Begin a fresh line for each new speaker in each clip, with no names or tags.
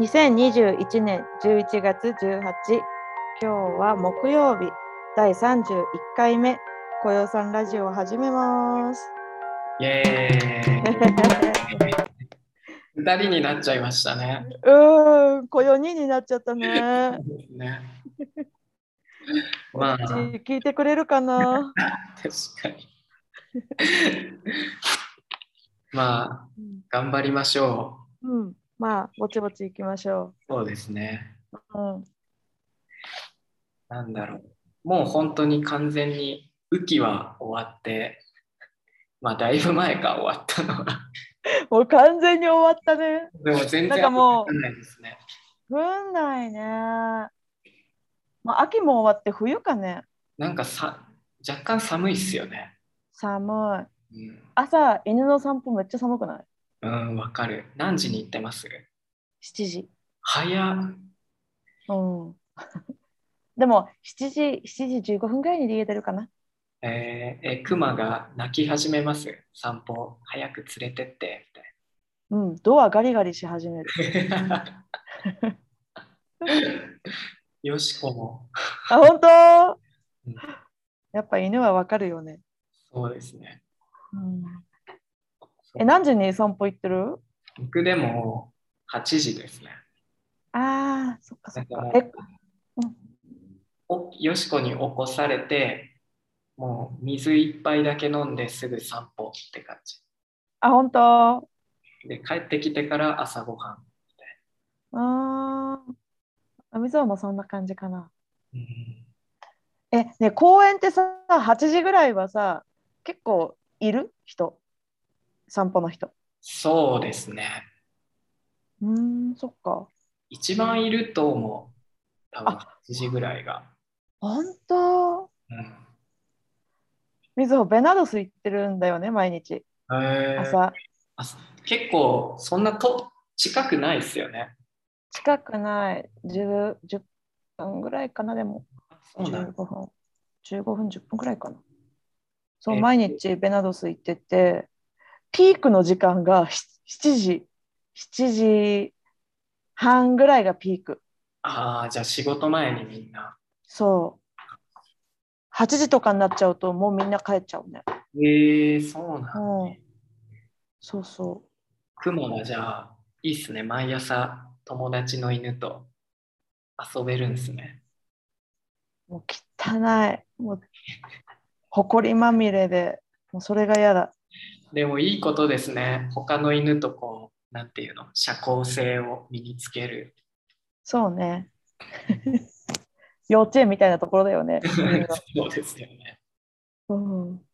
2021年11月18今日は木曜日第31回目雇用さんラジオを始めます。
イエーイ二人になっちゃいましたね。
うーん、雇用2になっちゃったね。
ねまあ
うち聞いてくれるかな。
確かに。まあ頑張りましょ
うん、まあぼちぼち行きましょ
う。そうですね。
う。うん、
なんだろう。もう本当に完全に雨季は終わって、まあだいぶ前か終わったのは。
もう完全に終わったね。
でも全
なん
然
かもう
わかんないですね。
降んないね。まあ秋も終わって冬かね。
なんかさ若干寒いっすよね。
寒い。朝犬の散歩めっちゃ寒くない
うん、うん、わかる。何時に行ってます
?7 時。
早っ。
うん。でも7時7時15分ぐらいに家出るかな。
えーえクマが泣き始めます。散歩、早く連れてって、
うん、ドアガリガリし始める。
みたいな。 よしこも、
あ、本当
うん
やっぱ犬はわかるよね。
そうですね。
うん、え、何時に散歩行ってる
僕でも8時ですね。
ああ、そっかそ
だ
っ
か。
からえ、うん
およしこに起こされて、もう水一杯だけ飲んですぐ散歩って感じ。
あ、本当
で、帰ってきてから朝ごは
ああ。水はもうそんな感じかな。
ん。うん
え、ね、公園ってさ、8時ぐらいはさ、結構いる人。散歩の人。
そうですね。
うーん、そっか。
一番いると思う。多分8
あ
時ぐらいが。
本当
うん
みずほ、ベナードス行ってるんだよね、毎日。
へー
朝。
あ結構そんなと近くないですよね。
近くない。10, 10分ぐらいかな、でも。15分。15分、10分ぐらいかな。そう、
え
毎日ベナドス行ってて、ピークの時間がひ7時、7時半ぐらいがピーク。
ああじゃあ仕事前にみんな。
そう。8時とかになっちゃうと、もうみんな帰っちゃうね。
えー、そうなん
うんそうそ
雲はじゃあいいっすね毎朝友達の犬と遊べるんですね。
う。もう汚い。もう、ほこりまみれで、もうそれが嫌だ。
でもいいことですね他の犬とこうなんていうの社交性を身につける。
そうね。 幼稚園みたいなところだよ ね。
そうですよね。
うん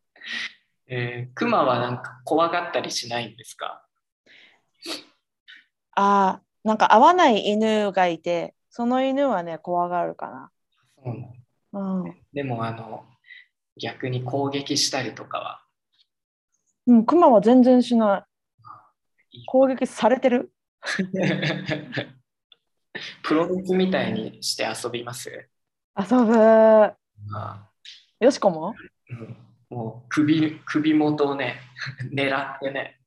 えー、熊はなんか怖がったりしないんですか
あーなんか合わない犬がいて、その犬はね、怖がるか
そうなん
な。
でもあの逆に攻撃したりとかは
うん。うん、クマは全然しない
い。
攻撃されてる。
プロレスみたいにして遊びます。
遊ぶ。
まあ
よしこも
うんもう首首元をね、 狙っ てね。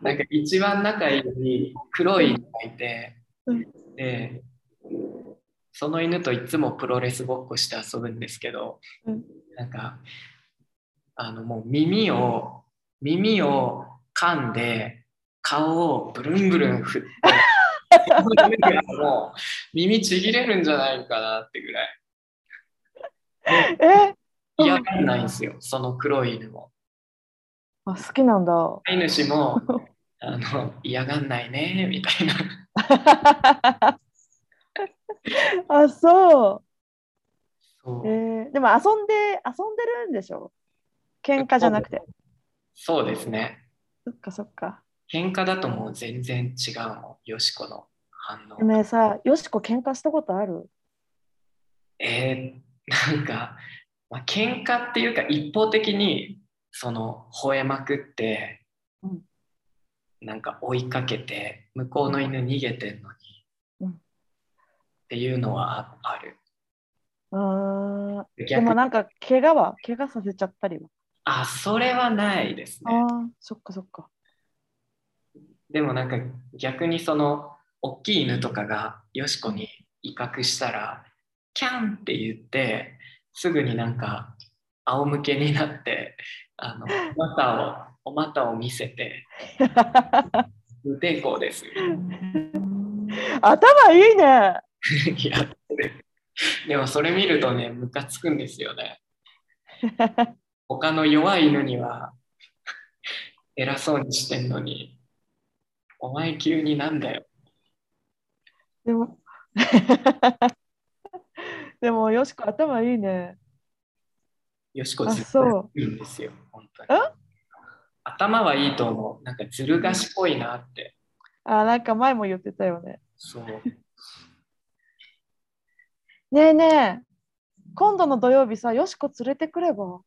なんか一番仲いい黒い犬がいて
うん、
で、その犬といつもプロレスごっこして遊ぶんですけど
うん、
なんか、あのもう耳を、耳を噛んで、顔をブルンブルン 振って、もう耳ちぎれるんじゃないかなってぐらい。
え
嫌がらないんですよ、その黒い犬も。
あ好きなんだ。
飼い主もあの嫌がんないね、みたいな。
あ、そ
そう
う。えーでも遊んで、遊んでるんでしょ喧嘩じゃなくて。
そうですね。
そっかそっか。
喧嘩だともう全然違うもん、よしこの反応。
ねえさ、よしこ喧嘩したことある
えーなんか、まあ、喧嘩っていうか一方的にその吠えまくって、
うん
なんか追いかけて向こうの犬逃げてんのに、
うん
っていうのはあある。
あーで
逆
も
に
なんか怪我は怪我させちゃったりは。
あそれはないですね。
ああ、そっかそっか。
でもなんか逆にその大きい犬とかがよしこに威嚇したら「キャン!」って言ってすぐになんか仰向けになってあのお股をお股を見せて無抵抗です。
頭いいね。
いやでもそれ見るとねムカつくんですよね。他の弱い犬には偉そうにしてんのにお前急になんだよ。
でも、 でも、よしこ頭いいね。
よしこ
あ
ずっ
そ
といいんですよ。本当に
ん
頭はいいと思う。なんかずる賢いなって。
あ、なんか前も言ってたよね。
そう。
ねえねえ、今度の土曜日さ、よしこ連れてくれば。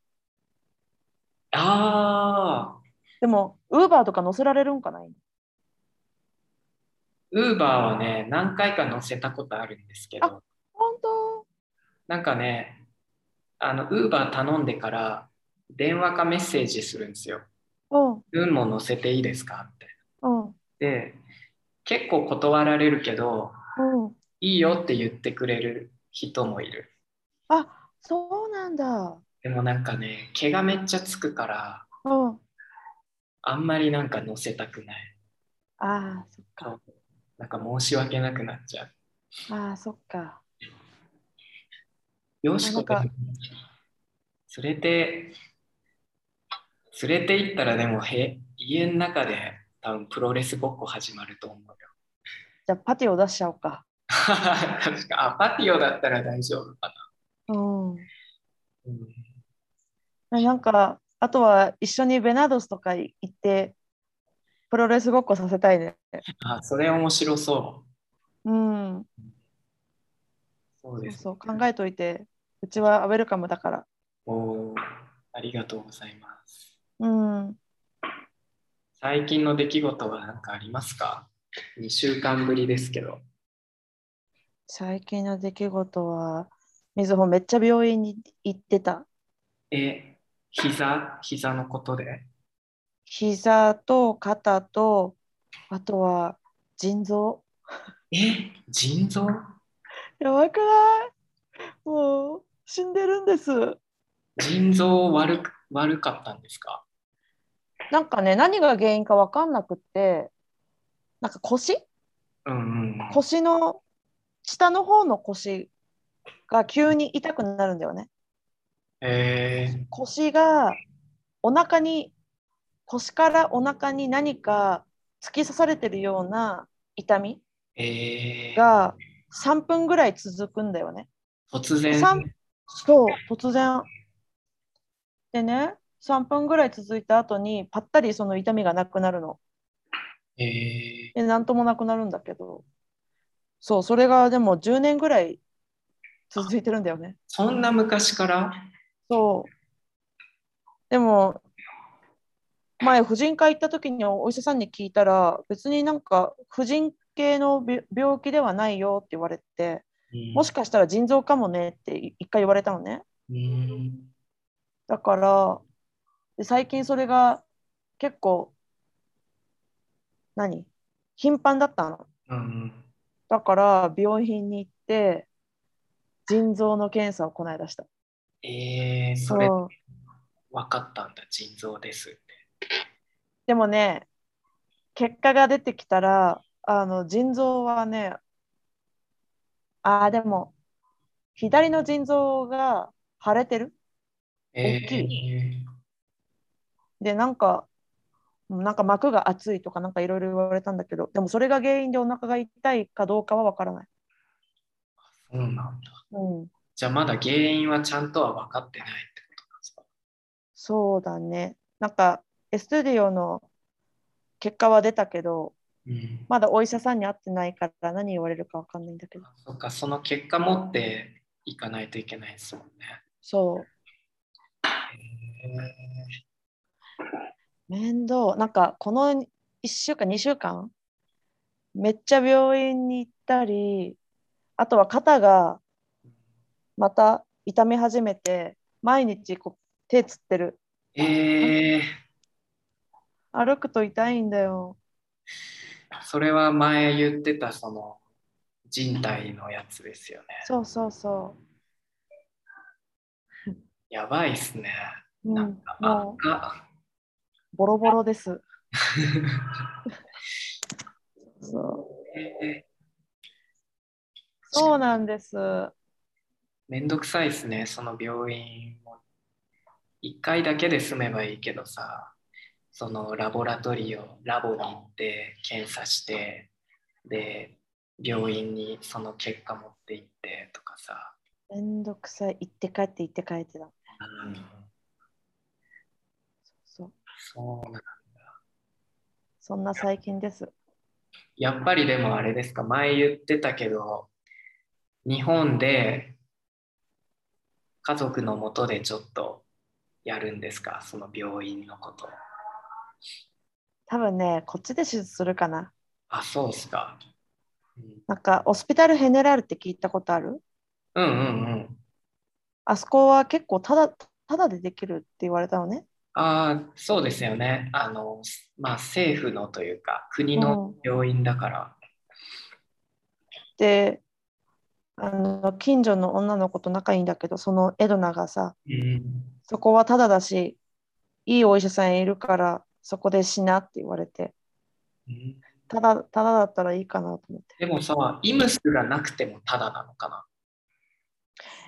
ああ、
でも、ウーバーとか乗せられるんかな
ウーバーはね、何回か乗せたことあるんですけど、
本当
なんかね、あの、ウーバー頼んでから電話かメッセージするんですよ。
うん
分も乗せていいですかって。
うん
で、結構断られるけど、
うん。
いいよって言ってくれる人もいる。
あ、そうなんだ。
でもなんかね、毛がめっちゃつくから、
うん。
あんまりなんか乗せたくない。
あー、そっか。
なんか申し訳なくなっちゃう。
あー、そっか。
よしこ
あなんか
連れて、連れて行ったらでもへ家の中で多分プロレスごっこ始まると思うよ。
じゃあ、パティを出しちゃおうか。
確か、あ、パティオだったら大丈夫かな。
うん。
うん
ねなんか、あとは一緒にベナードスとか行って、プロレスごっこさせたいね。
あ、それ面白そう。
うん。
そう
そ
で
う
す、
そう、考えといて。うちはウェルカムだから。
おーありがとうございます。
うん。
最近の出来事は何かありますか ?2 週間ぶりですけど。
最近の出来事は、みずほめっちゃ病院に行ってた。
え、膝膝のことで
膝と肩と、あとは腎臓。
え、腎臓
やばくないもう死んでるんです。
腎臓悪く悪かったんですか
なんかね、何が原因か分かんなくって、なんか腰
うんうん。
腰の下の方の腰が急に痛くなるんだよね。
えー、
腰がお腹に腰からお腹に何か突き刺されてるような痛み
えー、
が3分ぐらい続くんだよね。
突然。
さんそう突然。でね3分ぐらい続いた後にぱったりその痛みがなくなるの。
えー、
で何ともなくなるんだけどそうそれがでも10年ぐらい続いてるんだよね。
そんな昔から
そう。でも、前、婦人科行った時にお医者さんに聞いたら、別になんか婦人系の病病気ではないよって言われて、もしかしたら腎臓かもねってい一回言われたのね。
うん
だから、で最近それが結構、何頻繁だったの。
うん。
だから、病院に行って、腎臓の検査をこないだした。
えー、それ
そう
分かったんだ、腎臓ですって。
でもね、結果が出てきたら、あの腎臓はね、ああ、でも、左の腎臓が腫れてる。
え
大き
い。
で、なんか、なんか膜が厚いとか、なんかいろいろ言われたんだけど、でもそれが原因でお腹が痛いかどうかはわからない。
そうなんだ。
うん、
じゃあまだ原因はちゃんとは分かってないってことなんですか
そうだね。なんか、エステディオの結果は出たけど、
うん。
まだお医者さんに会ってないから何言われるかわかんないんだけど、
そっか、その結果持っていかないといけないですもんね。
そう。
え
面倒なんかこの1週間2週間めっちゃ病院に行ったりあとは肩がまた痛み始めて毎日こう手つってる
ー、えー
歩くと痛いんだよ
それは前言ってたその人体のやつですよね。
そうそうそ
やばいっすね。
う。う
なん
ん
か、、
もう
あ
ボロボロです。そう
えー
そうなんです。
めんどくさいっすね、その病院も。1回だけで済めばいいけどさ、そのラボラトリをラボに行って検査して、で、病院にその結果持って行ってとかさ。
めんどくさい。行って帰って行って帰ってだ。そう
そうなん
そんな最近です。
やっぱりでもあれですか、前言ってたけど、日本で家族のもとでちょっとやるんですか、その病院のこと。
多分ね、こっちで手術するかな。
あ、そうですか。うん
なんか、オスピタルヘネラルって聞いたことある
うんうんうん。
あそこは結構ただ、ただでできるって言われたのね。
ああ、そうですよね。あの、まあ政府のというか、国の病院だから。
で、あの近所の女の子と仲いいんだけど、そのエドナがさ、
うん
そこはただだし、いいお医者さんいるから、そこでしなって言われて、
うん
ただ、ただだったらいいかなと思って。
でもさ、イムスがなくてもただなのかな。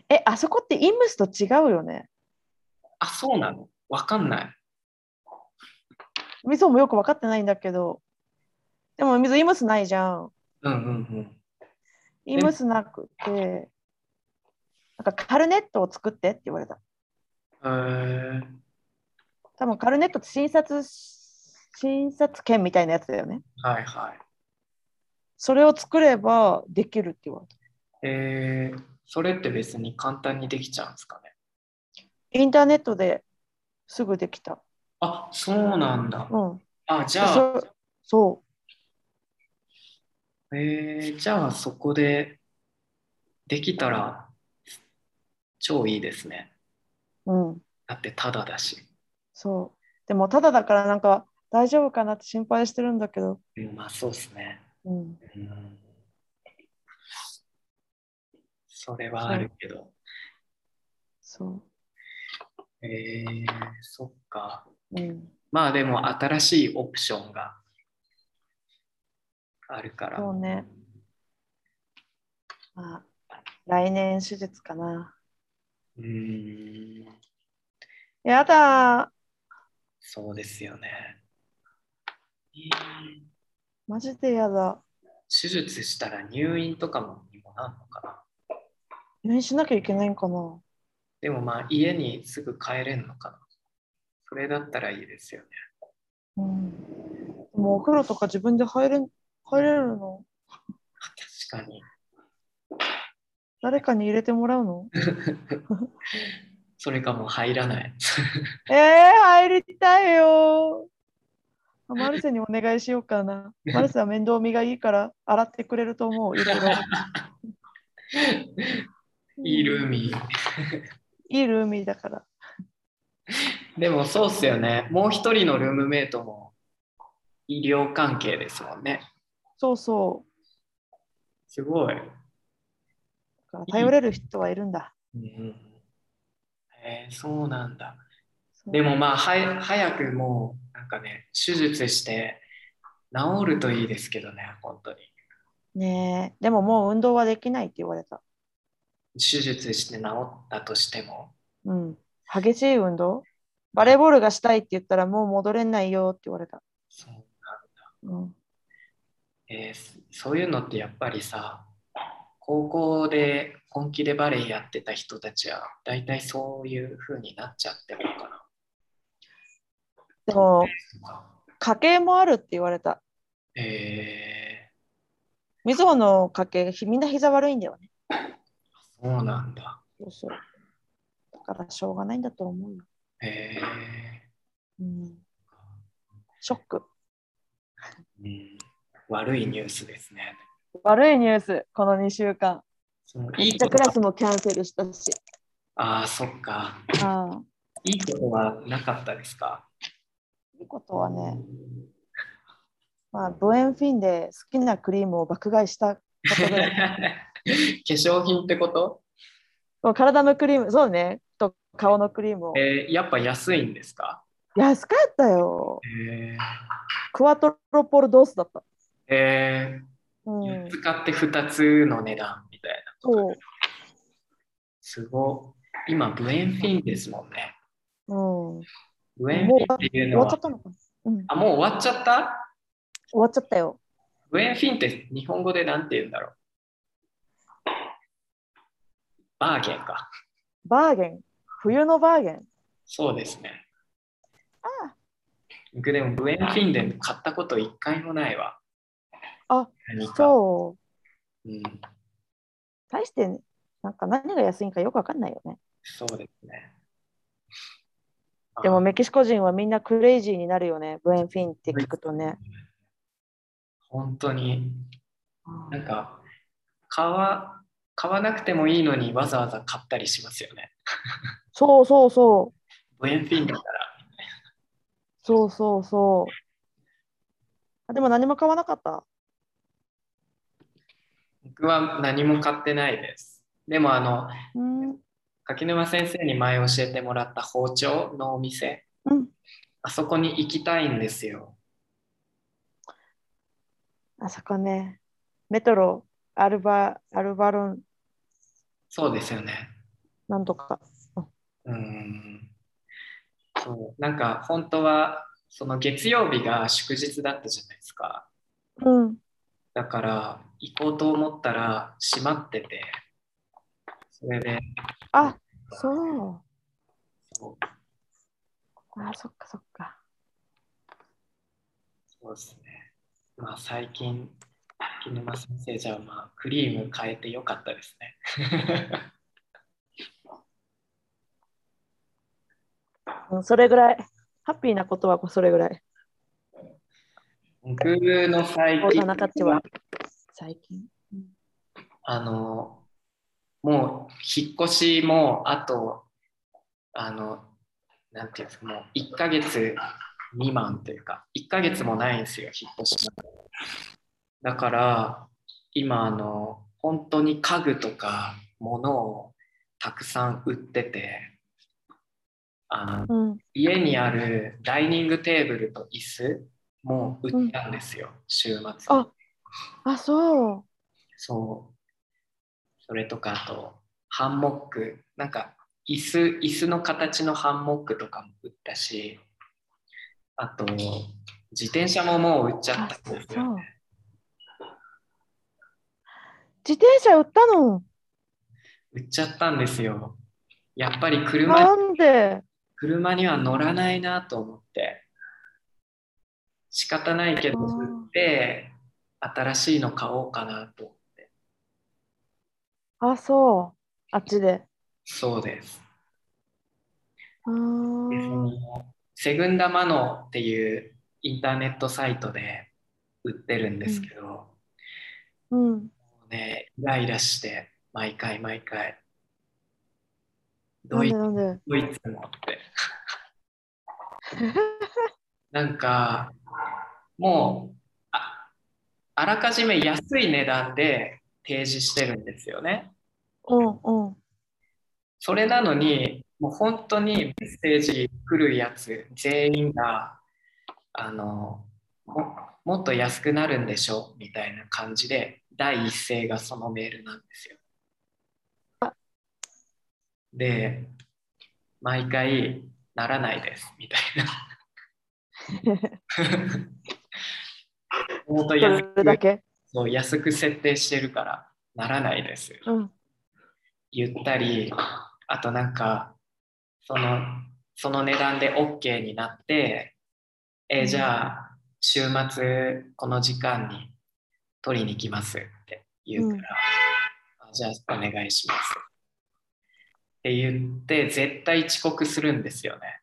え、あそこってイムスと違うよね。
あ、そうなのわかんない。
みぞもよく分かってないんだけど、でもみぞイムスないじゃん。
うんうんうん。
イムスなくて、なんかカルネットを作ってって言われた。
へー
多分カルネットって診察診察券みたいなやつだよね。
はいはい。
それを作ればできるって言われた。
えー、それって別に簡単にできちゃうんですかね。
インターネットですぐできた。
あ、そうなんだ。
うん。
あ、じ
で
ゃ
そ
あ、
そ
えー、じゃあそこでできたら超いいですね。
う。うん。
だってタダだし。
そう。でもただだからなんか大丈夫かなって心配してるんだけど。
うんまあそうですね。
うん。
うんそれはあるけど。
そ
えー、そっか。
う。うん。
まあでも新しいオプションがあるから。
そうね。まあ、来年手術かな。
うん。
やだー。
そうですよね。
マジでやだ。
手術したら入院とかもにもなんのかな。
入院しなきゃいけないんかな。
でもまあ家にすぐ帰れんのかな。それだったらいいですよね。
うん。もうお風呂とか自分で入れん入れるの
確かに。
誰かに入れてもらう の
それかもう入らない。
えー、入りたいよー。マルセにお願いしようかな。マルセは面倒見がいいから洗ってくれると思う。いろいろ
いいルーミー。
いいルーミーだから。
でもそうっすよね。もう一人のルームメイトも医療関係ですもんね。
そうそう。
すごい。
だから頼れる人はいるんだ。
うん、えーそうなんだ。
そう
でもまあはや早くもうなんかね手術して治るといいですけどね本当に
ねえでももう運動はできないって言われた。
手術して治ったとしても
うん。激しい運動バレーボールがしたいって言ったらもう戻れないよって言われた。
そう,、
うん。
えーそそういうのってやっぱりさ高校で本気でバレエやってた人たちは大体そういう風になっちゃってるのか
でも、
な。
家計もあるって言われた。
え
みずほの家計、ひみんな膝悪いんだよね。
ー、そうなんだ。
そうそう。だからしょうがないんだと思うよ。
え
うん。ショック。
ーうん、悪いニュースですね。
悪いニュース、この2週間。
そのいい
じ
こ
ゃク
と
ラスもキャンセルしたし。
ああそっか。
ああ。
いいことはなかったですか
いいことはね、まあ、ブエンフィンで好きなクリームを爆買いしたこと ぐら い
化粧品ってこと、
もう体のクリーム、そうね、と顔のクリームを。
えーやっぱ安いんですか、
安かったよ。
え
クワトロポルドースだった。
ーえ
う
ー
ん
四、つ買って2つの値段みたいな。
そう。
すごい。今、ブエンフィンですもんね。
うん、
ブエンフィンっていう
終
の
わっちゃ
は
っ。たのかな、うん、終
あ、もう終わっちゃった
わっちゃったよ。
ブエンフィンって日本語でなんて言うんだろうバーゲンか。
バーゲン。冬のバーゲン。
そうですね。
ああ
僕でもブエンフィンで買ったこと一回もないわ。
あ、
何か。
そう。
うん、
大して、なんか何が安いんかよくわかんないよね。
そうですね。
でもメキシコ人はみんなクレイジーになるよね。ブエンフィンって聞くとね。
本当に
う
なん
ん
か買わ買わなくてもいいのにわざわざ買ったりしますよね。
そうそうそう。
ブエンフィンだから。
そうそうそう。あでも何も買わなかった。
僕は何も買ってないです。でもあの
うん。うん。
柿沼先生に前教えてもらった包丁のお店あそこに行きたいんですよ。
あそこね。メトロ、アルバ、アルバロン、
そうですよね。
なんとか。
うーんそうなんか本当はその月曜日が祝日だったじゃないですか。
うん。
だから行こうと思ったら閉まっててそれで
あ、そう。
そう
あ、そっかそっか。
そうですね。まあ最近、柿沼先生じゃあまあクリーム変えてよかったですね。
うん、それぐらい。ハッピーなことはそれぐらい。
僕の最
大
近
人たちは。最近。
あの、もう引っ越しもあと、あの、なんていうんですか、もう1ヶ月未満というか、1ヶ月もないんですよ、引っ越し。だから、今、あの、本当に家具とか物をたくさん売ってて、あの
うん。
家にあるダイニングテーブルと椅子も売ったんですよ、週末に。
ああ、そう。
そう。それとかあと、ハンモック、なんか椅子、椅子の形のハンモックとかも売ったし、あと、自転車ももう売っちゃ
あ
ったん
そう
ですよ。
自転車売ったの
売っちゃったんですよ。やっぱり車
なんで
車には乗らないなと思って、仕方ないけど
あー
売って、新しいの買おうかなと思って。
あ、そう。あっちで。
そうです。
あ
でそ
ー
のセグンダマノっていうインターネットサイトで売ってるんですけど、も
うん。
うね、イライラして毎回毎回
な
ド
ん
イ
でなんで
ドイツもってなんかもうああらかじめ安い値段で提示してるんですよね
うんうん。
それなのに、もう本当にメッセージ来るやつ全員があのももっと安くなるんでしょみたいな感じで第一声がそのメールなんですよ
あ。
で、毎回ならないですみた いな。 もっと
そ
安
れだ
く
け。
そう安く設定してるからならないです。
うん。
言ったりあとなんかそのその値段で OK になってえーじゃあ週末この時間に取りに来ますって言うから、あじゃあお願いしますって言って絶対遅刻するんですよね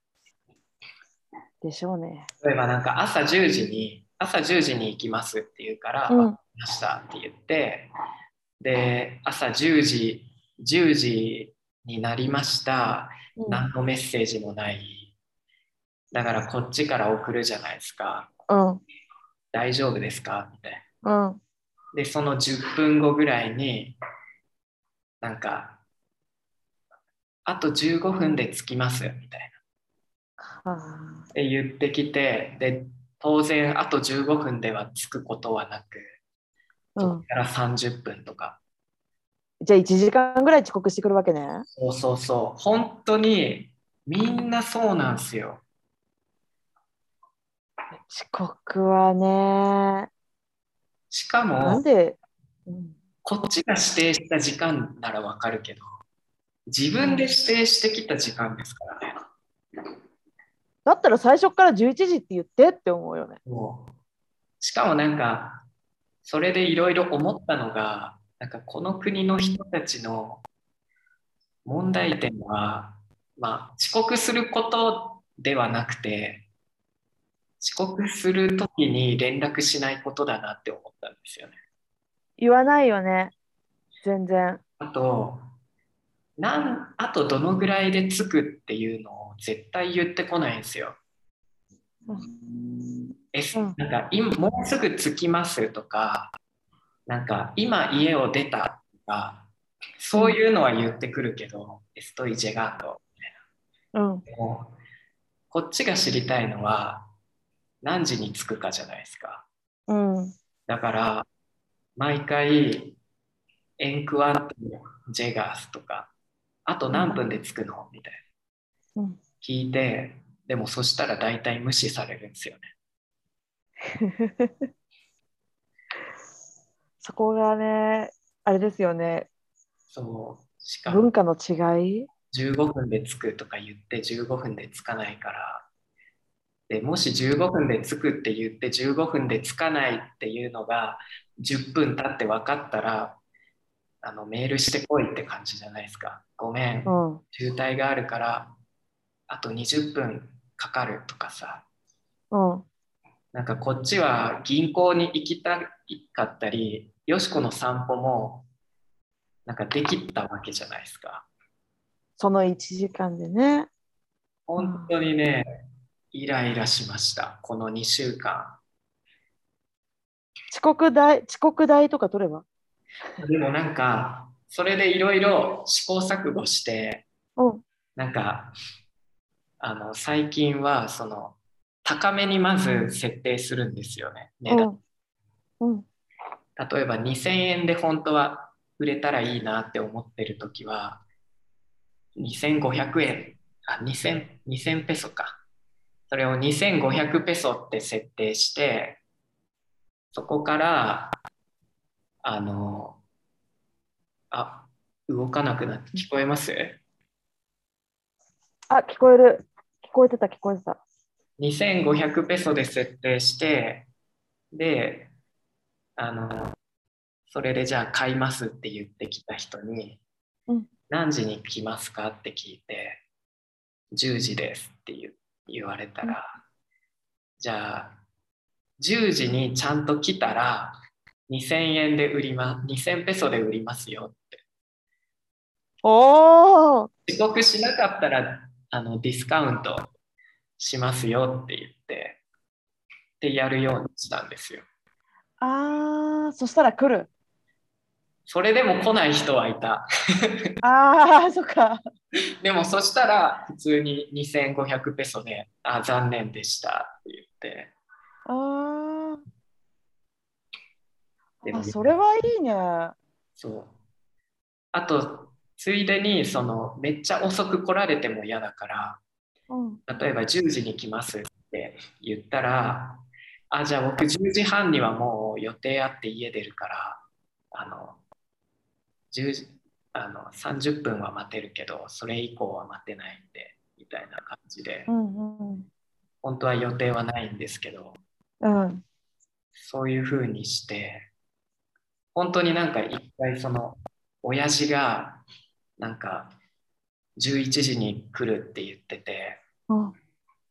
でしょうね。
例えばなんか朝10時に朝10時に行きますって言うから、
うん
わかりましたって言ってで朝10時10時になりました
うん。
何のメッセージもないだからこっちから送るじゃないですか
うん。
大丈夫ですかみたいな。
うん。
で、その10分後ぐらいに、なんか、あと15分で着きますみたい
あ
な。で、言ってきて、で、当然、あと15分では着くことはなく、
ーう
そ
ん
こ、から30分とか。
じゃあ1時間ぐらい遅刻してくるわけね。
そうそうそう。本当に、みんなそうなんすよ。
遅刻はね。
しか
な
も
ん、で、うん、
こっちが指定した時間ならわかるけど、自分で指定してきた時間ですからね。
だったら最初から11時って言ってって思うよね。
もうしかもなんかそれでいろいろ思ったのがなんかこの国の人たちの問題点は、まあ、遅刻することではなくて遅刻するときに連絡しないことだなって思ったんですよね。
言わないよね。全然。
あとなんあとどのぐらいで着くっていうのを絶対言ってこないんですよ。え
うん
なんか今もうすぐ着きますとか、なんか今家を出たとか、そういうのは言ってくるけど、エストイジェガート。
うん。
でもこっちが知りたいのは何時に着くかじゃないですか。
うん。
だから毎回エンクワントジェガースとか、あと何分で着くのみたいな
うん。
聞いて、でもそしたら大体無視されるんですよね。
そこがね、あれですよね。
そう。しかも
文化の違い。
15分で着くとか言って15分で着かないからでもし15分で着くって言って15分で着かないっていうのが10分経って分かったらあのメールしてこいって感じじゃないですかごめん
うん。
渋滞があるからあと20分かかるとかさ
うん。
なんかこっちは銀行に行きたかったりよしこの散歩もなんかできたわけじゃないですか。
その1時間でね。
本当にね、イライラしました、この2週間。
遅刻代、遅刻代とか取れば。
でもなんか、それでいろいろ試行錯誤して、
うん。
なんか、あの最近はその高めにまず設定するんですよね、値段。
うん。うん。
例えば2000円で本当は売れたらいいなって思ってる時は、2500円、あ、2000、2000ペソか。それを2500ペソって設定して、そこから、あの、あ、動かなくなって聞こえます
あ、聞こえる。聞こえてた、聞こえてた。
2500ペソで設定して、で、あの、それでじゃあ買いますって言ってきた人に、
うん
何時に来ますかって聞いて、10時ですって言う言われたら、
うん
じゃあ、10時にちゃんと来たら、2000円で売ります、2000ペソで売りますよ
おお。
遅刻しなかったらあのディスカウントしますよって言ってでやるようにしたんですよ
ああ、そしたら来る。
それでも来ない人はいた
ああ、そっか。
でもそしたら普通に2500ペソで「あ残念でした」って言って
あ
で
ー
も
あ、それはいいね。
そうあとついでにそのめっちゃ遅く来られても嫌だから
うん。
例えば10時に来ますって言ったら、あ、じゃあ僕10時半にはもう予定あって家出るから、あの、10時あの30分は待てるけど、それ以降は待てないんで、みたいな感じで
う、んうん
本当は予定はないんですけど、
うん。うん。
そういう風にして、本当になんか一回その、親父が、なんか、11時に来るって言ってて、
うん。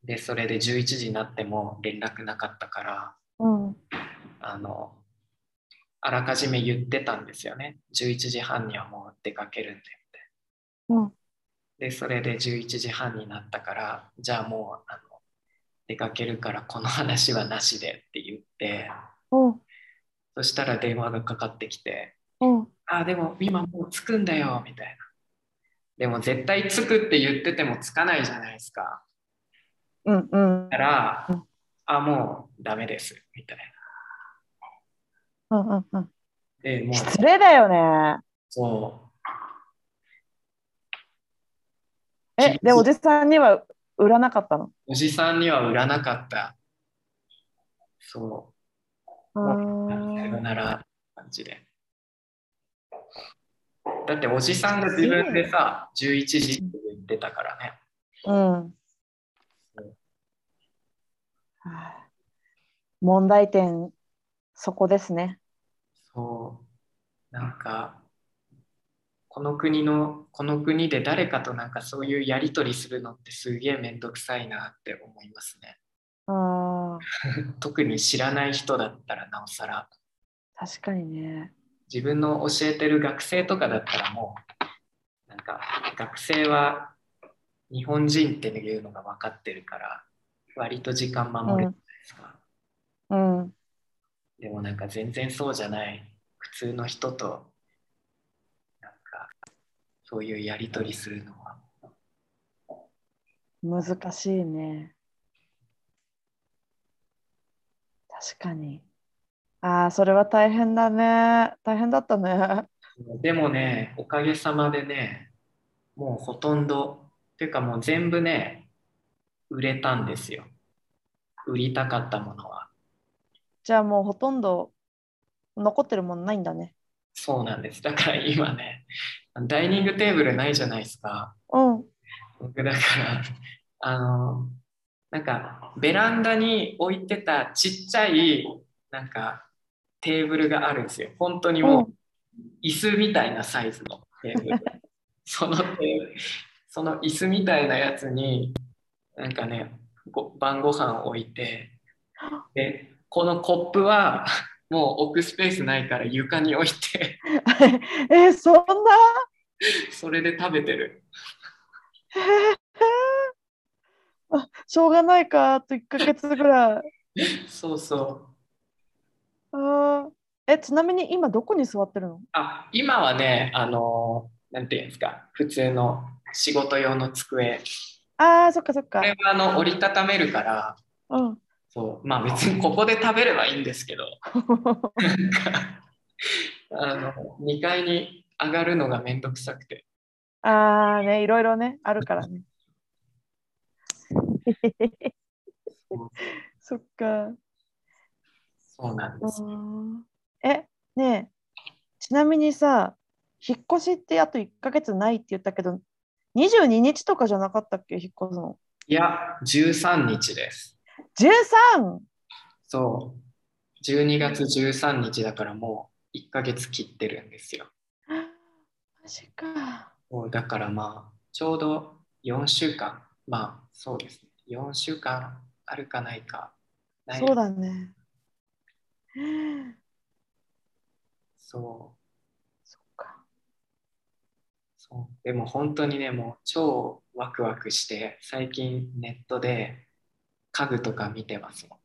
でそれで11時になっても連絡なかったから
うん。
あのあらかじめ言ってたんですよね11時半にはもう出かけるんでって
うん。
でそれで11時半になったからじゃあもうあの出かけるからこの話はなしでって言って
おう
そしたら電話がかかってきて
おう
「あでも今もう着くんだよ」みたいなでも絶対着くって言ってても着かないじゃないですか
うんうん
だから
うん
「あもうダメです」みたいな
うんうんうん
でもう
失礼だよね
そう厳
え
しい
でおじさんには売らなかったの
おじさんには売らなかったそううさよ
ーん
なら感じでだっておじさんが自分でさ11時って言ってたからね
うんはい問題点そこですね
そう、なんか、この国の、この国で誰かとなんかそういうやり取りするのってすげえめんどくさいなって思いますね。
うん
特に知らない人だったらなおさら、
確かにね
自分の教えてる学生とかだったらもう、なんか学生は日本人っていうのが分かってるから、割と時間守れるじゃないですか。
うん
でもなんか全然そうじゃない普通の人となんかそういうやり取りするのは
難しいね確かにああそれは大変だね大変だったね
でもねおかげさまでねもうほとんどっていうかもう全部ね売れたんですよ売りたかったものは
じゃあもうほとんど残ってるもんないんだね
そうなんですだから今ねダイニングテーブルないじゃないですか
うん
僕だからあのなんかベランダに置いてたちっちゃいなんかテーブルがあるんですよ本当にもう椅子みたいなサイズのテーブルそのテーブルその椅子みたいなやつになんかねご晩ご飯を置いてでこのコップはもう置くスペースないから床に置いて
えそんな
それで食べてる
へーあしょうがないかあと1ヶ月ぐらい
そうそう
あーえちなみに今どこに座ってるの
あ、今はね、あのーなんていうんですか、普通の仕事用の机。
あーそっかそっ
こ
か
れはあの折りたためるから、
うん
そう、まあ別にここで食べればいいんですけど、なんかあの2階に上がるのがめんどくさくて。
ああねいろいろねあるから ね
そう
そっか
そうなん
あ
です。
ーえねえちなみにさ引っ越しってあと1ヶ月ないって言ったけど22日とかじゃなかったっけ引っ越すの
いや、13日です。
13!
そう、12月13日だからもう1ヶ月切ってるんですよ。
マジか
そうだからまあちょうど4週間まあそうですね4週間あるかないかない
そうだね
そう
そっか
そうでも本当にねもう超ワクワクして最近ネットで家具とか見てますもん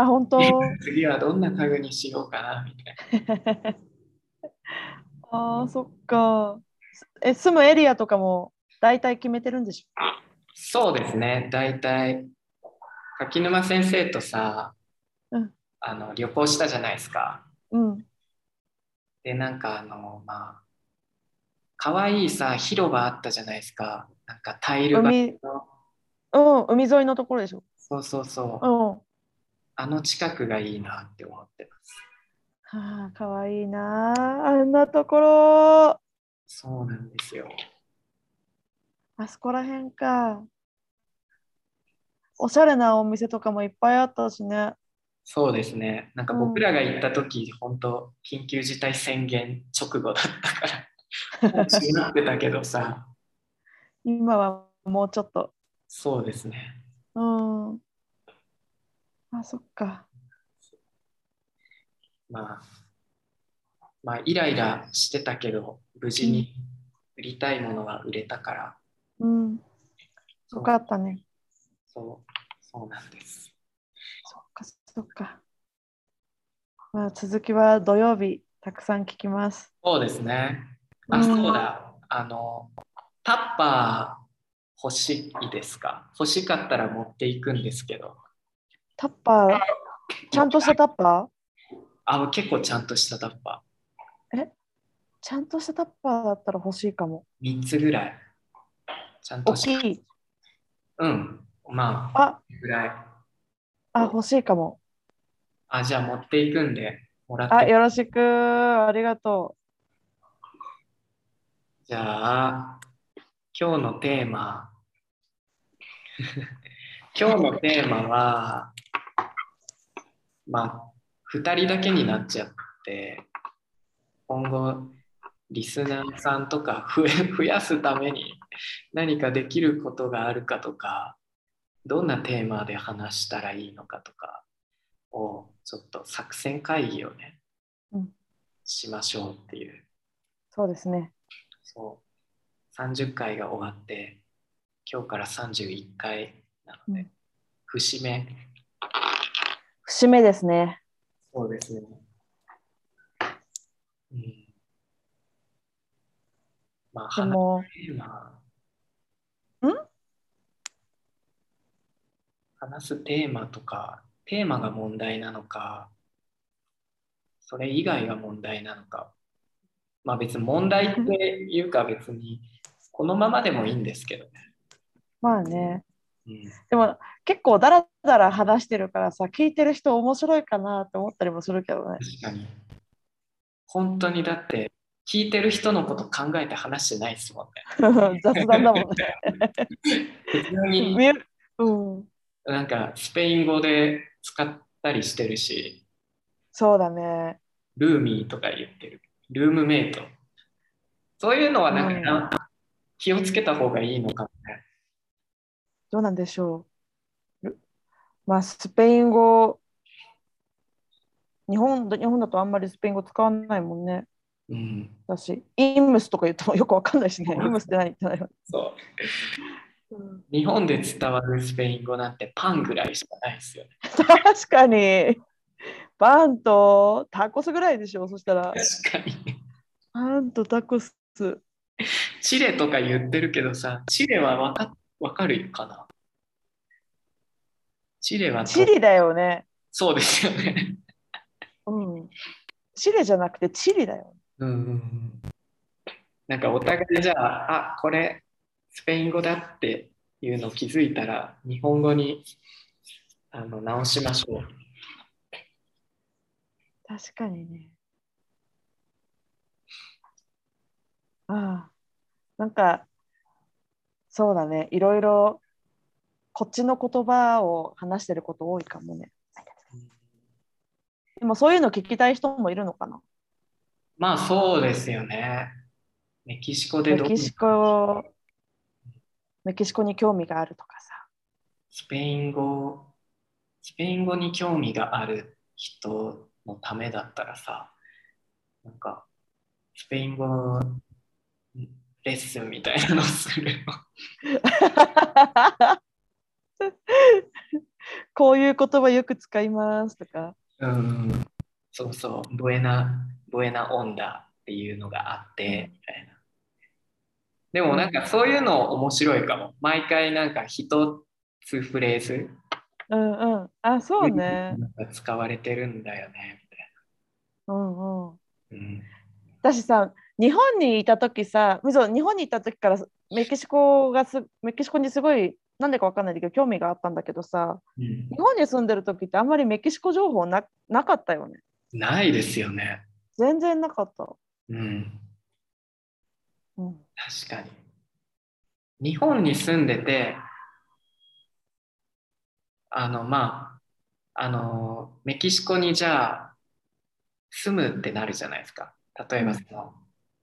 あ本当
次はどんな家具にしようかなみたいな
あーそっかえ住むエリアとかも大体決めてるんでしょ
そうですね大体柿沼先生とさ、
うん
あの旅行したじゃないですか
うん
でなんかあのまあ可愛いさ広場あったじゃないですかなんかタイル張り
海う
の
ん海沿いのところでしょ
そうそうそう、
うん
あの近くがいいなって思ってます
はあかわいいなああんなところ
そうなんですよ
あそこらへんか。おしゃれなお店とかもいっぱいあったしね。
そうですねなんか僕らが行った時、本当緊急事態宣言直後だったからもう中なってたけどさ
今はもうちょっと。
そうですね
うん。あ、そっか。
まあまあイライラしてたけど無事に売りたいものは売れたから、
うん。よかったね。
そう。そうなんです。
そっかそっか。まあ、続きは土曜日たくさん聞きます。
そうですね。
う
あ、
ん
そうだ。あの、タッパー欲しいですか欲しかったら持っていくんですけど、
タッパー、ちゃんとしたタッパー
あ、結構ちゃんとしたタッパ
ちゃんとしたタッパーだったら欲しいかも。
ー。3つぐらい。ちゃん
大
とし
きい。
うん。まあ、
あ、
これぐらい。
あ、欲しいかも。
あ、じゃあ持っていくんで、もらっ
あ、
て。
よろしく。ありがと
じゃあ、今日のテーマ。 今日のテーマは、まあ、2人だけになっちゃって、今後、リスナーさんとか増え増やすために何かできることがあるかとか、どんなテーマで話したらいいのかとかを、ちょっと作戦会議をね、
うん
しましょうっていう。
う。そうですね。
そう30回が終わって今日から31回なので、
うん
節目
節目ですね。
そうですね、うん、まあ
で
話
も、
すテーマ
ん
話すテーマとかテーマが問題なのかそれ以外が問題なのかまあ別に問題っていうか別にこのままでもいいんですけどね、
まあね。
うん
でも、結構だらだら話してるからさ、聞いてる人面白いかなって思ったりもするけどね。
確かに。本当にだって、聞いてる人のこと考えて話してないですもんね。
雑談だもんね。
普通に
見えるうん。
なんかスペイン語で使ったりしてるし、
そうだね。
ルーミーとか言ってる。ルームメイト。そういうのはなんか、
う
気をつけた方がいいのかもね。
どうなんでしょう。ルまあ、スペイン語、日本日本だとあんまりスペイン語使わないもんね。
うん。
だし、イムスとか言ってもよくわかんないしね。イムスって何ってなるよ
そう。
うん
日本で伝わるスペイン語なんてパンぐらいしかないですよね。
確かに。バンとタコスぐらいでしょ、そしたら。
確かに。
バンとタコス。
チレとか言ってるけどさ、チレはわかわかるかなチレはと
チリだよね。
そうですよね。
うん。チレじゃなくてチリだよ。
うんうんうんなんかお互いじゃあ、あこれスペイン語だっていうの気づいたら、日本語にあの直しましょう。
確かにね。ああ、なんか、そうだね、いろいろこっちの言葉を話してること多いかもね。でもそういうの聞きたい人もいるのかな。
まあそうですよね。メキシコで
メ
どう
キシコ、メキシコに興味があるとかさ。
スペイン語、スペイン語に興味がある人のためだったらさ、なんか、スペイン語レッスンみたいなのするの。
こういう言葉よく使いますとか。
うん、そうそう、ブエナ、ブエナオンダっていうのがあって、みたいな。でもなんかそういうの面白いかも。毎回なんか一つフレーズ、
うんうん。あ、そうね。
が使われてるんだよね、
うんうん。
みたいな。うん
私さ日本にいた時さみぞ日本にいた時からメキシコがすメキシコにすごいなんでかわかんないんだけど興味があったんだけどさ
うん
日本に住んでる時ってあんまりメキシコ情報ななかったよね
ないですよね。
全然なかった、
うん。
うん、
確かに。日本に住んでて、あの、まあ、あの、メキシコにじゃあ、住むってなるじゃないですか。例えばその、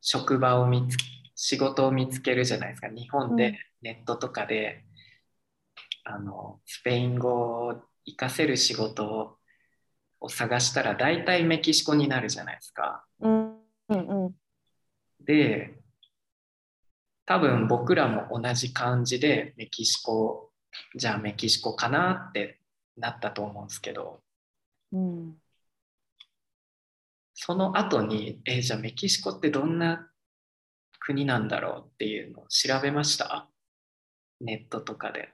職場を見つ仕事を見つけるじゃないですか。日本
う
で
ん、
ネットとかで、あの、スペイン語を活かせる仕事を探したら、大体メキシコになるじゃないですか。
うんうんうん
で、多分僕らも同じ感じでメキシコじゃあメキシコかなってなったと思うんですけど
うん。
その後にえじゃあメキシコってどんな国なんだろうっていうのを調べましたネットとかで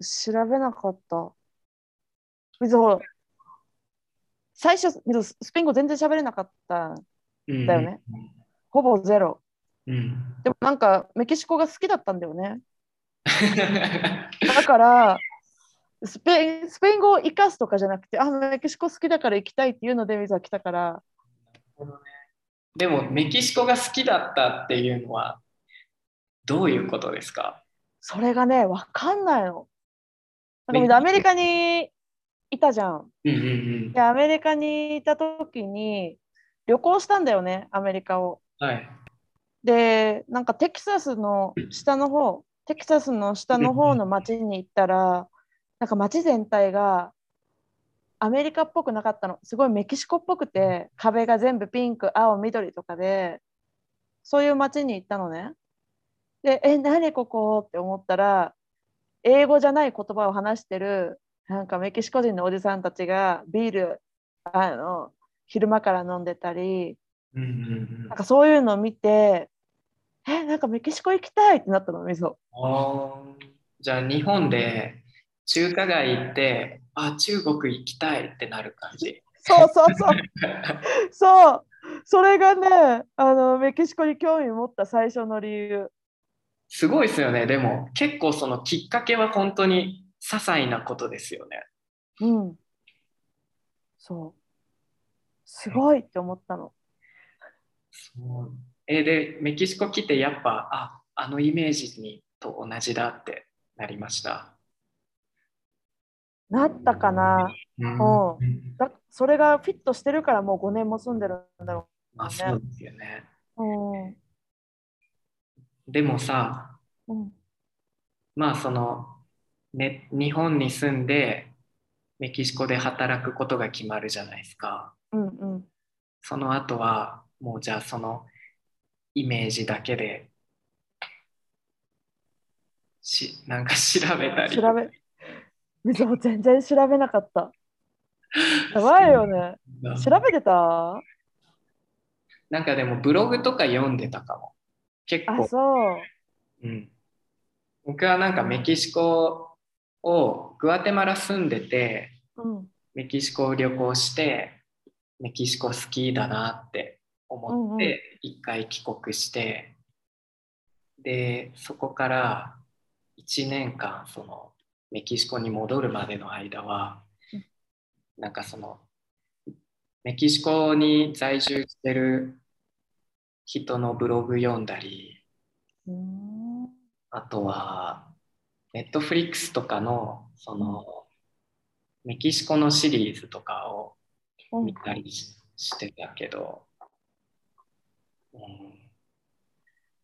調べなかった。水ほら、最初、水スペイン語全然喋れなかった。
うん
だよねほぼゼロ。
うん
でもなんか、メキシコが好きだったんだよね。だから、スペインスペイン語を生かすとかじゃなくて、あ、メキシコ好きだから行きたいっていうので、水は来たから、
でもメキシコが好きだったっていうのはどういうことですか
それがね、わかんないの。なんか
ね
水アメリカにいたじゃん。
うんうんうん
で、アメリカにいた時に、旅行したんだよね、アメリカを。
はい
でなんかテキサスの下の方テキサスの下の方の町に行ったらなんか町全体がアメリカっぽくなかったのすごいメキシコっぽくて壁が全部ピンク青緑とかでそういう町に行ったのねでえ何ここって思ったら英語じゃない言葉を話してるなんかメキシコ人のおじさんたちがビールあの昼間から飲んでたり
うんうんうん
なんかそういうのを見て、え、なんかメキシコ行きたいってなったの、みそ。
あーじゃあ日本で中華街行ってあ中国行きたいってなる感じ。
そうそうそう。そう。それがね、あのメキシコに興味持った最初の理由。
すごいですよねでも結構そのきっかけは本当に些細なことですよね。
うん。そう。すごいって思ったの。
そうえでメキシコ来てやっぱああのイメージにと同じだってなりました。
なったかな。
うん
おうだそれがフィットしてるからもう5年も住んでるんだろ
まあそうですよね。
う。うん
でもさ
うん。
まあその、ね、日本に住んでメキシコで働くことが決まるじゃないですか。
うんうん。
その後はもうじゃあそのイメージだけでしなんか調べたり
調べ。みそ全然調べなかった。やばいよね。調べてた
なんかでもブログとか読んでたかも結
あ
構、
そう。
うん、僕はなんかメキシコをグアテマラ住んでて
うん
メキシコを旅行してメキシコ好きだなって思っ
うんうん
て一回帰国して、でそこから1年間そのメキシコに戻るまでの間は
うん
なんかそのメキシコに在住してる人のブログ読んだり
うーん。
あとは、ネットフリックスとかの、その、メキシコのシリーズとかを
うん
見たりししてたけど、うん、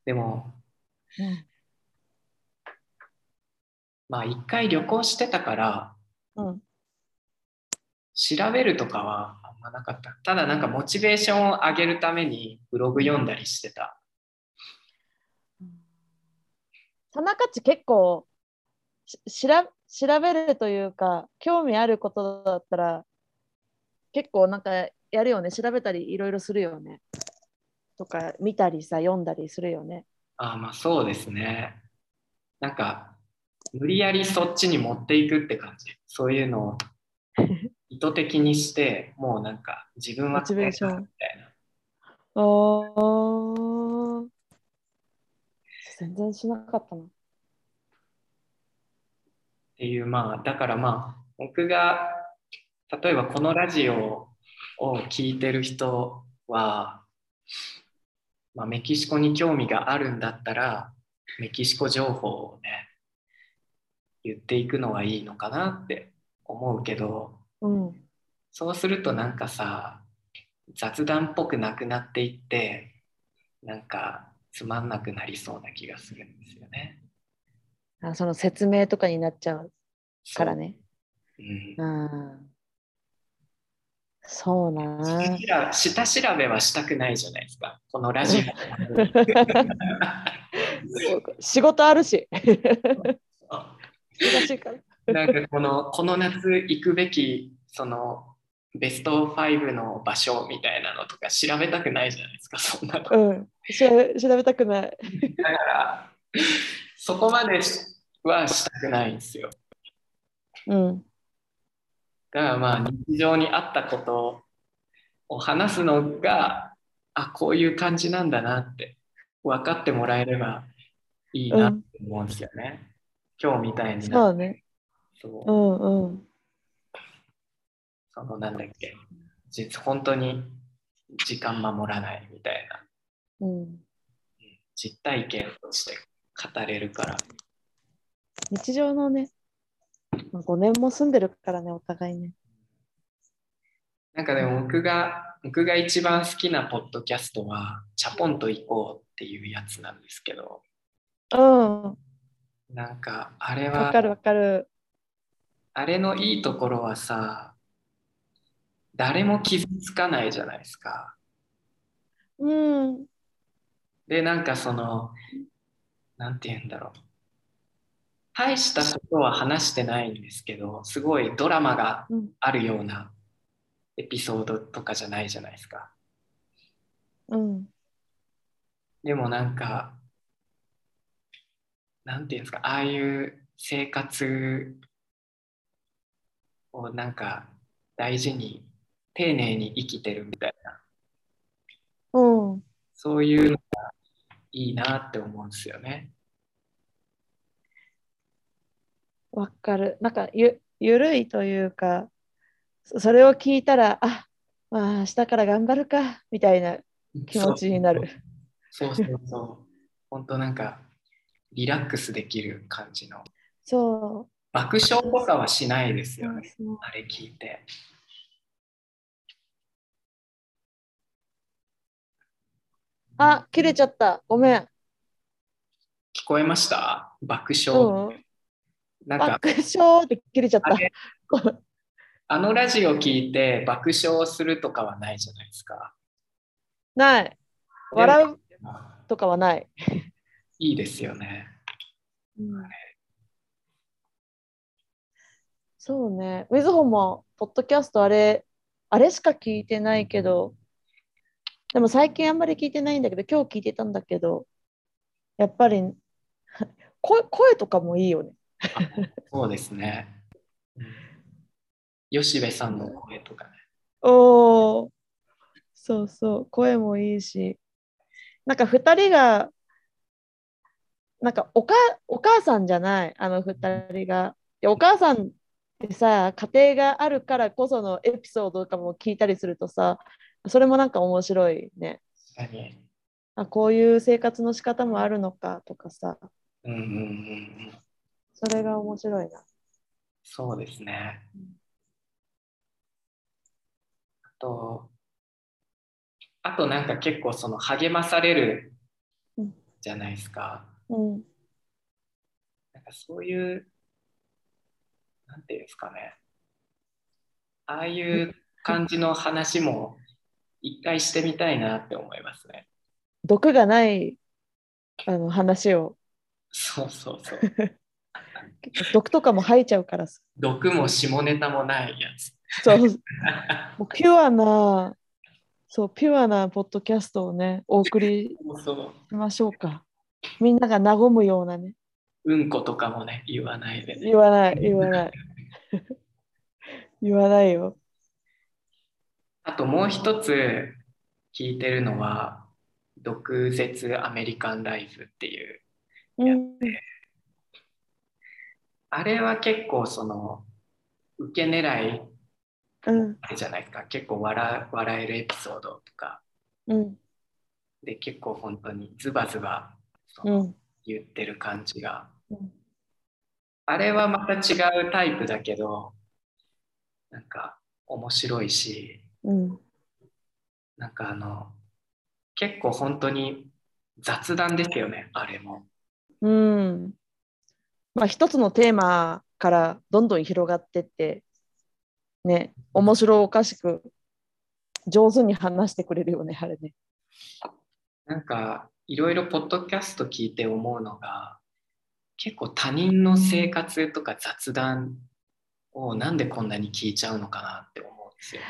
でも、まあ一回旅行してたから、
うん。
調べるとかはあんまなかった。ただなんかモチベーションを上げるためにブログ読んだりしてた。
田中地結構ししら調べるというか興味あることだったら結構なんかやるよね調べたりいろいろするよねとか見たりさ読んだりするよね
ああ、まあそうですね。なんか、無理やりそっちに持っていくって感じ。そういうのを意図的にして、もうなんか自分は
モチベーション
みたいな。
あー全然しなかったな
っていう、まあ、だからまあ、僕が、例えばこのラジオを聞いてる人は、まあ、メキシコに興味があるんだったら、メキシコ情報をね、言っていくのはいいのかなって思うけど、
うん
そうするとなんかさ雑談っぽくなくなっていってなんかつまんなくなりそうな気がするんですよね。
あその説明とかになっちゃうからね
そう。うん
うんそうな
下
あ
調べ下調べはしたくないじゃないですか、このラジオ。
仕事あるし忙しいから。
なんかこのこの夏行くべきそのベスト5の場所みたいなのとか調べたくないじゃないですかそんなのだか
うん。調べ調べたくない。
らそこまではしたくないんですよ
うん。
だからまあ日常にあったことを話すのがあこういう感じなんだなって分かってもらえればいいなって思うんですよね、今日みたいに
そう
な
だね。
そう
うんうん。
そのなんだっけ実本当に時間守らないみたいな
うん、
実体験として語れるから
日常のね、まあ、5年も住んでるからね、お互いね。
なんかでも僕が僕が一番好きなポッドキャストは「チャポンと行こう」っていうやつなんですけど
うん。わ
なんかあれは
かるわかる。
あれのいいところはさ誰も傷つかないじゃないですか。
うん。
でなんかそのなんて言うんだろう大したことは話してないんですけどすごいドラマが
うん。
あるようなエピソードとかじゃないじゃないですか。
うん。
でもなんか、なんていうんですか、ああいう生活をなんか大事に、丁寧に生きてるみたいな、
うん。
そういうのがいいなって思うんですよね。
わかる。なんかゆ、ゆるいというか、そそれを聞いたら、あまあ、明日から頑張るか、みたいな気持ちになる。
そう。そうそうそう。本当なんか、リラックスできる感じの。
そう。
爆笑とかはしないです
そ
よ
う
ね、
そう
あれ聞いて。
あ、切れちゃった。ごめん。
聞こえました爆笑。
うん。
なんか
爆笑って切れちゃっ
あ
た。
れ
ごめん
あのラジオ聞いて爆笑するとかはないじゃないですか。
ない。笑うとかはない。
いいですよね。
そうね。みずほも、ポッドキャストあれ、あれしか聞いてないけど、でも最近あんまり聞いてないんだけど、今日聞いてたんだけど、やっぱり 声声とかもいいよね。
そうですね。うん吉部さんの声とかね。
おお、そうそう、声もいいし、なんか2人が、なんかおかお母さんじゃない、あの2人が。でお母さんってさ、家庭があるからこそのエピソードとかも聞いたりするとさ、それもなんか面白いね。
確かに。
あこういう生活の仕方もあるのかとかさ、
うんうんうんうん。
それが面白いな。
そうですね
うん。
あと、あとなんか結構その励まされる
うん
じゃないですか。
うん、
なんかそういう、なんていうんですかね、ああいう感じの話も一回してみたいなって思いますね。
毒がないあの話を、
そうそうそう。
結構毒とかも吐いちゃうからさ。
毒も下ネタもないやつ。
そう。もうピュアな、そう、ピュアなポッドキャストをね、お送り
そうそう。
しましょうか。みんなが和むようなね。
うんことかもね、言わないでね。
言わない、言わない。 言わないよ。
あともう一つ聞いてるのは、毒舌アメリカンライフっていう
うん、
あれは結構その受け狙い
うん、
あれじゃないですか結構笑う笑えるエピソードとか
うん、
で結構本当にズバズバその
うん。
言ってる感じが、
うん
あれはまた違うタイプだけどなんか面白いし
うん、
なんかあの結構本当に雑談ですよねあれも
うん。まあ、一つのテーマからどんどん広がってって、ね、面白おかしく、上手に話してくれるよね、あれね。
なんかいろいろポッドキャスト聞いて思うのが結構他人の生活とか雑談をなんでこんなに聞いちゃうのかなって思うんですよ。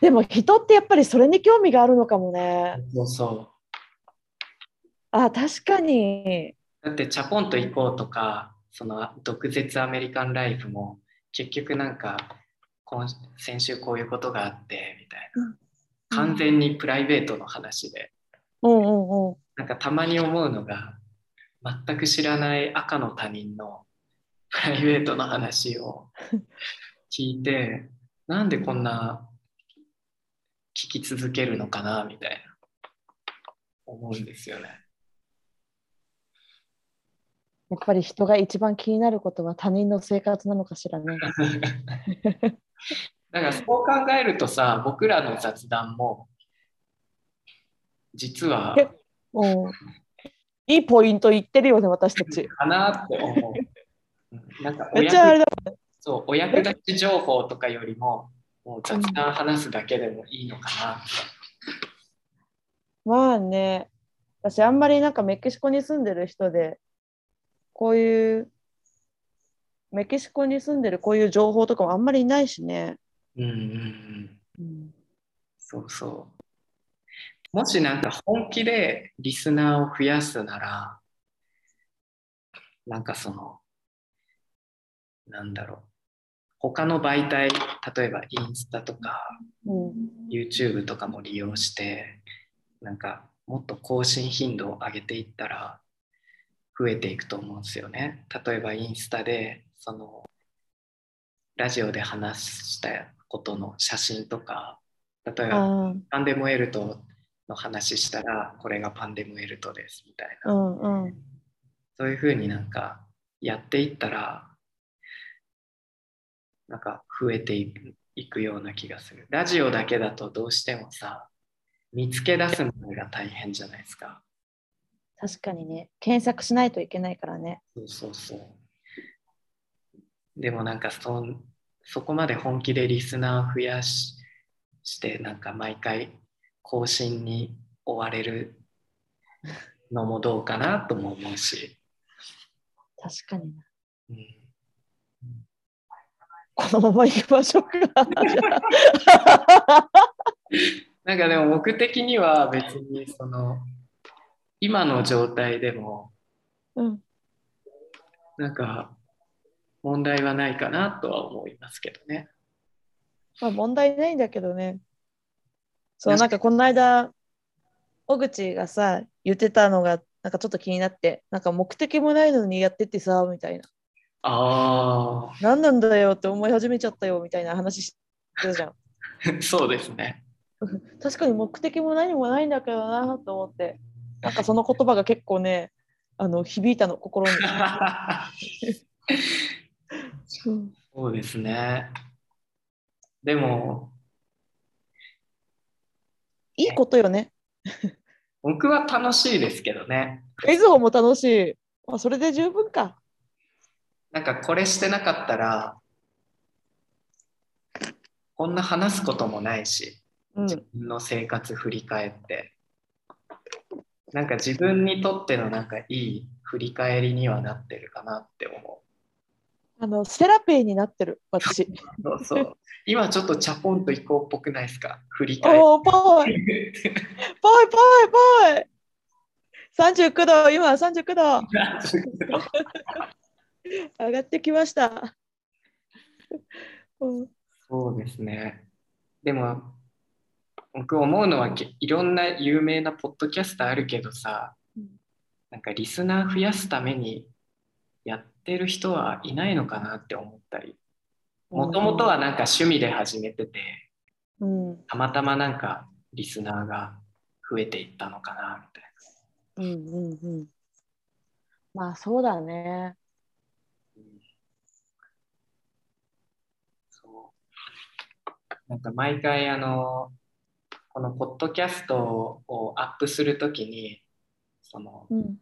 でも人ってやっぱりそれに興味があるのかもね。
そうそ
あ、確かに。
うだって「チャポンと行こう」とかその「毒舌アメリカンライフ」も結局なんか今先週こういうことがあってみたい
うんう
なん完全にプライベートの話で
うんうんうん。
なんかたまに思うのが全く知らない赤の他人のプライベートの話を聞いてなんでこんな聞き続けるのかなみたいな思うんですよね。
やっぱり人が一番気になることは他人の生活なのかしらね。
だからそう考えるとさ僕らの雑談も実は
えうん。いいポイント言ってるよね、私たち。
かなって思う。うんなんか お
めっちゃあ
役
れだ。
そうお役立ち情報とかよりももう雑談話すだけでもいいのかなって。
まあね。私、あんまりなんかメキシコに住んでる人で、こういう、メキシコに住んでるこういう情報とかもあんまりいないしね。
うんうんうん、
うん、
そうそう。もしなんか本気でリスナーを増やすなら、なんかその、なんだろう。他の媒体、例えばインスタとか
うん、
YouTube とかも利用して、なんかもっと更新頻度を上げていったら増えていくと思うんですよね。例えばインスタで、その、ラジオで話したことの写真とか、例えば
あー
パンデムエルトの話したらこれがパンデムエルトですみたいな、
うんうん。
そういうふうになんかやっていったらなんか増えていくいくような気がするラジオだけだとどうしてもさ見つけ出すのが大変じゃないですか
確かにね。検索しないといけないからね。
そうそうそうでもなんかそんそこまで本気でリスナーを増やししてなんか毎回更新に追われるのもどうかなとも思うし、
確かにな。
うん、
このまま行きましょうか。
なんかでも僕的には別にその今の状態でも
うん、
なんか問題はないかなとは思いますけどね。
まあ問題ないんだけどね。そう、なんかこの間、小口がさ、言ってたのが、なんかちょっと気になって、なんか目的もないのにやっててさ、みたいな。
あ
何なんだよって思い始めちゃったよ、みたいな話してるじゃん。
あ そうですね。
確かに目的も何もないんだけどなと思って、なんかその言葉が結構ね、あの響いたの、心に。うん
そうですね。でも、
いいことよね。
僕は楽しいですけどね。
いずほも楽しい。まあ、それで十分か。
なんかこれしてなかったら、こんな話すこともないし、
うん、
自分の生活振り返って、なんか自分にとってのなんかいい振り返りにはなってるかなって思
あのセラピーになってる、私。
う。そ うそう。今ちょっとチャポンと移行っぽくないですか振り返
おお、ぽい。
り。
ぽいぽいぽい。三十九度、今三十九度、上がってきました。 うん、
そうですね。でも、僕思うのはけいろんな有名なポッドキャスターあるけどさ
うん、
なんかリスナー増やすためにやってる人はいないのかなって思ったり、もともとはなんか趣味で始めてて、
うん、うん、
たまたまなんかリスナーが増えていったのかなみたい
うん、うん。まあ、そうだね。
な。うんそうなんか毎回あのこのポッドキャストをアップするときにその
うん、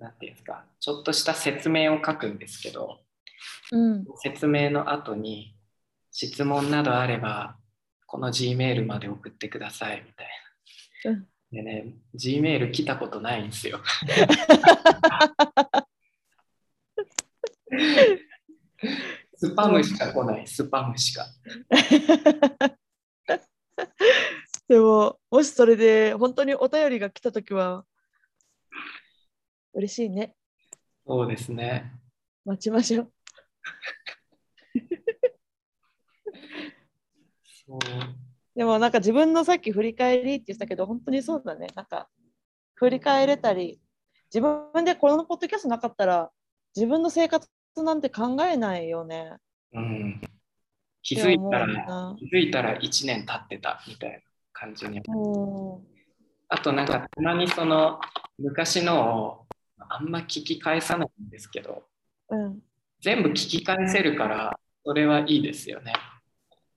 なんていうんですかちょっとした説明を書くんですけど
うん、
説明の後に質問などあればこの G メールまで送ってくださいみたいな。
うん
でね G メール来たことないんですよ。スパムしか来ない、スパムしか。
でも、もしそれで本当にお便りが来たときは、嬉しいね。
そうですね。
待ちましょう。
そう
でもなんか自分のさっき振り返りって言ってたけど、本当にそうだね。なんか振り返れたり、自分でこのポッドキャストなかったら、自分の生活なんて考えないよね。
うん、気づ
っ
いた
て思う
ら、
な
気づいたら1年経ってたみたいな感じに
うん
あとなんかたまにその昔のをあんま聞き返さないんですけど
うん、
全部聞き返せるからそれはいいですよね。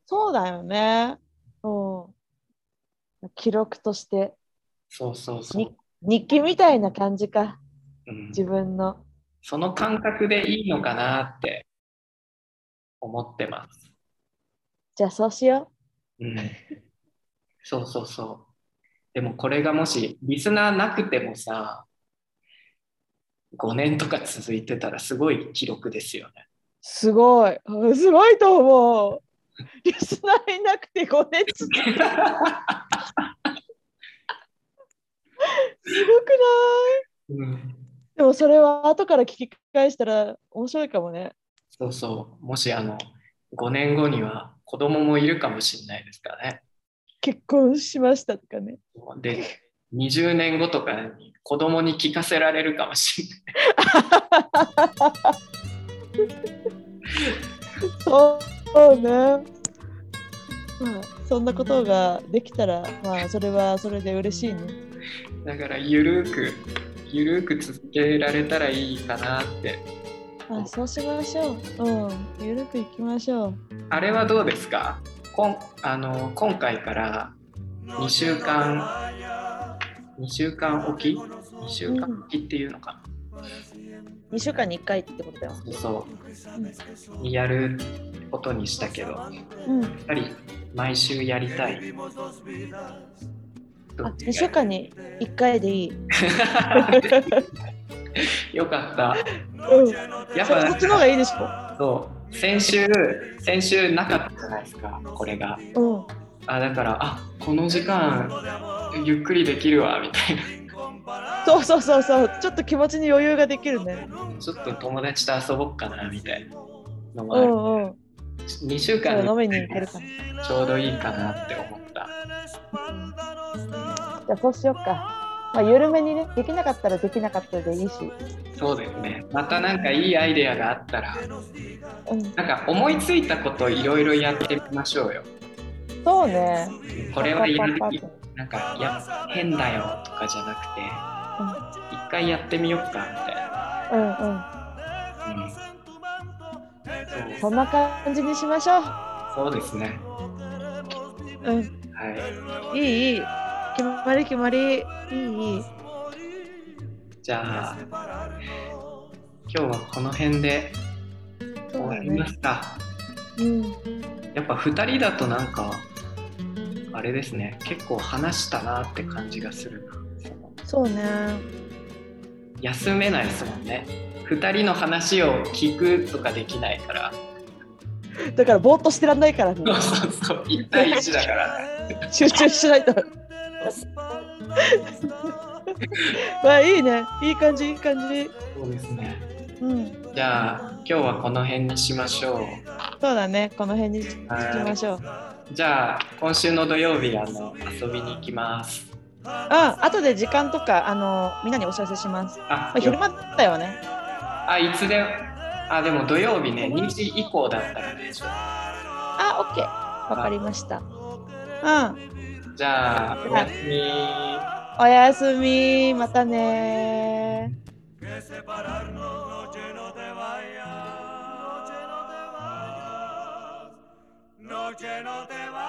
そうだよね。うん、記録として
そうそうそう。
日記みたいな感じか、
うん、
自分の。
その感覚でいいのかなって思ってます。
じゃあそうしよ
うん、 そうそうそう。でもこれがもしリスナーなくてもさ5年とか続いてたらすごい記録ですよね。
う。すごい。うんすごいと思う。リスナーいなくて5年続くすごくない
うん
でもそれは後から聞き返したら面白いかもね。
そうそう、もしあの5年後には子供もいるかもしれないですからね。
結婚しましたとかね。
で、20年後とかに子供に聞かせられるかもしれない。
そうそうね。まあそんなことができたら、まあそれはそれで嬉しいね。
だから、ゆるーく、ゆるーく続けられたらいいかなって。
まあそうしましょう。うん。ゆるくいきましょう。
あれはどうですかこんあの今回から2週間、2週間おき ?2 週間おきっていうのかな
2週間に1回ってことだよ。
そう、やることにしたけど、や
うん。
っぱり毎週やりたい。
あ2週間に1回でいい。
よかった。
うん。
やっ
そ
ぱ
れそっちの方がいいでしょ。
そう先週先週なかったじゃないですかこれが。
うん。
あだからあこの時間ゆっくりできるわみたいな。
そうそうそうそう。ちょっと気持ちに余裕ができるね。
ちょっと友達と遊ぼっかなみたいなの
う
もある。
んうん。
2週
そ
間
う飲みに行けるから。じ
ちょうどいいかなって思った。
ゃあそうしようか。まあ緩めにね、できなかったらできなかったでいいし。
そうですね。またなんかいいアイデアがあったら
うん。
なんか思いついたこといろいろやってみましょうよ。
そうね。
これはやる
パ
べ
ッ
き
パッパッ
なんかや変だよとかじゃなくて、一回やってみよっかみたいな。
パッうんうん。
うんそ
そ
うん
な感じにしましょう。
そうですね。
うん。
はい
いいい。決まり決まり。いいいい。
い。じゃあ今日はこの辺で
そ
終
う
わ
だ
り
ね
ま。した。
うん。
やっぱ二人だとなんかあれですね。結構話したなって感じがするな。その
そうね。
休めないですもんね。二人の話を聞くとかできないから。
だからぼーっとしてらんないからね。
そうそうそう。一対一だから。
集中し ないと。まあいいね。いい感じいい感じ。
そうですね。
うん。
じゃあ今日はこの辺にしましょう。
そうだね。この辺にし
はい
ましょう。
じゃあ今週の土曜日あの遊びに行きます。
あ、後で時間とかあのみんなにお知らせします。
あ
まあ、、昼間だよね。
あいつであでも土曜日ね2時以降だったらね。
あ、オッケー。わかりました。うん。
じゃあおやすみ。
おやすみ。またねー。
que separarnos, noche no te vayas, noche no te vas, noche no te vayas.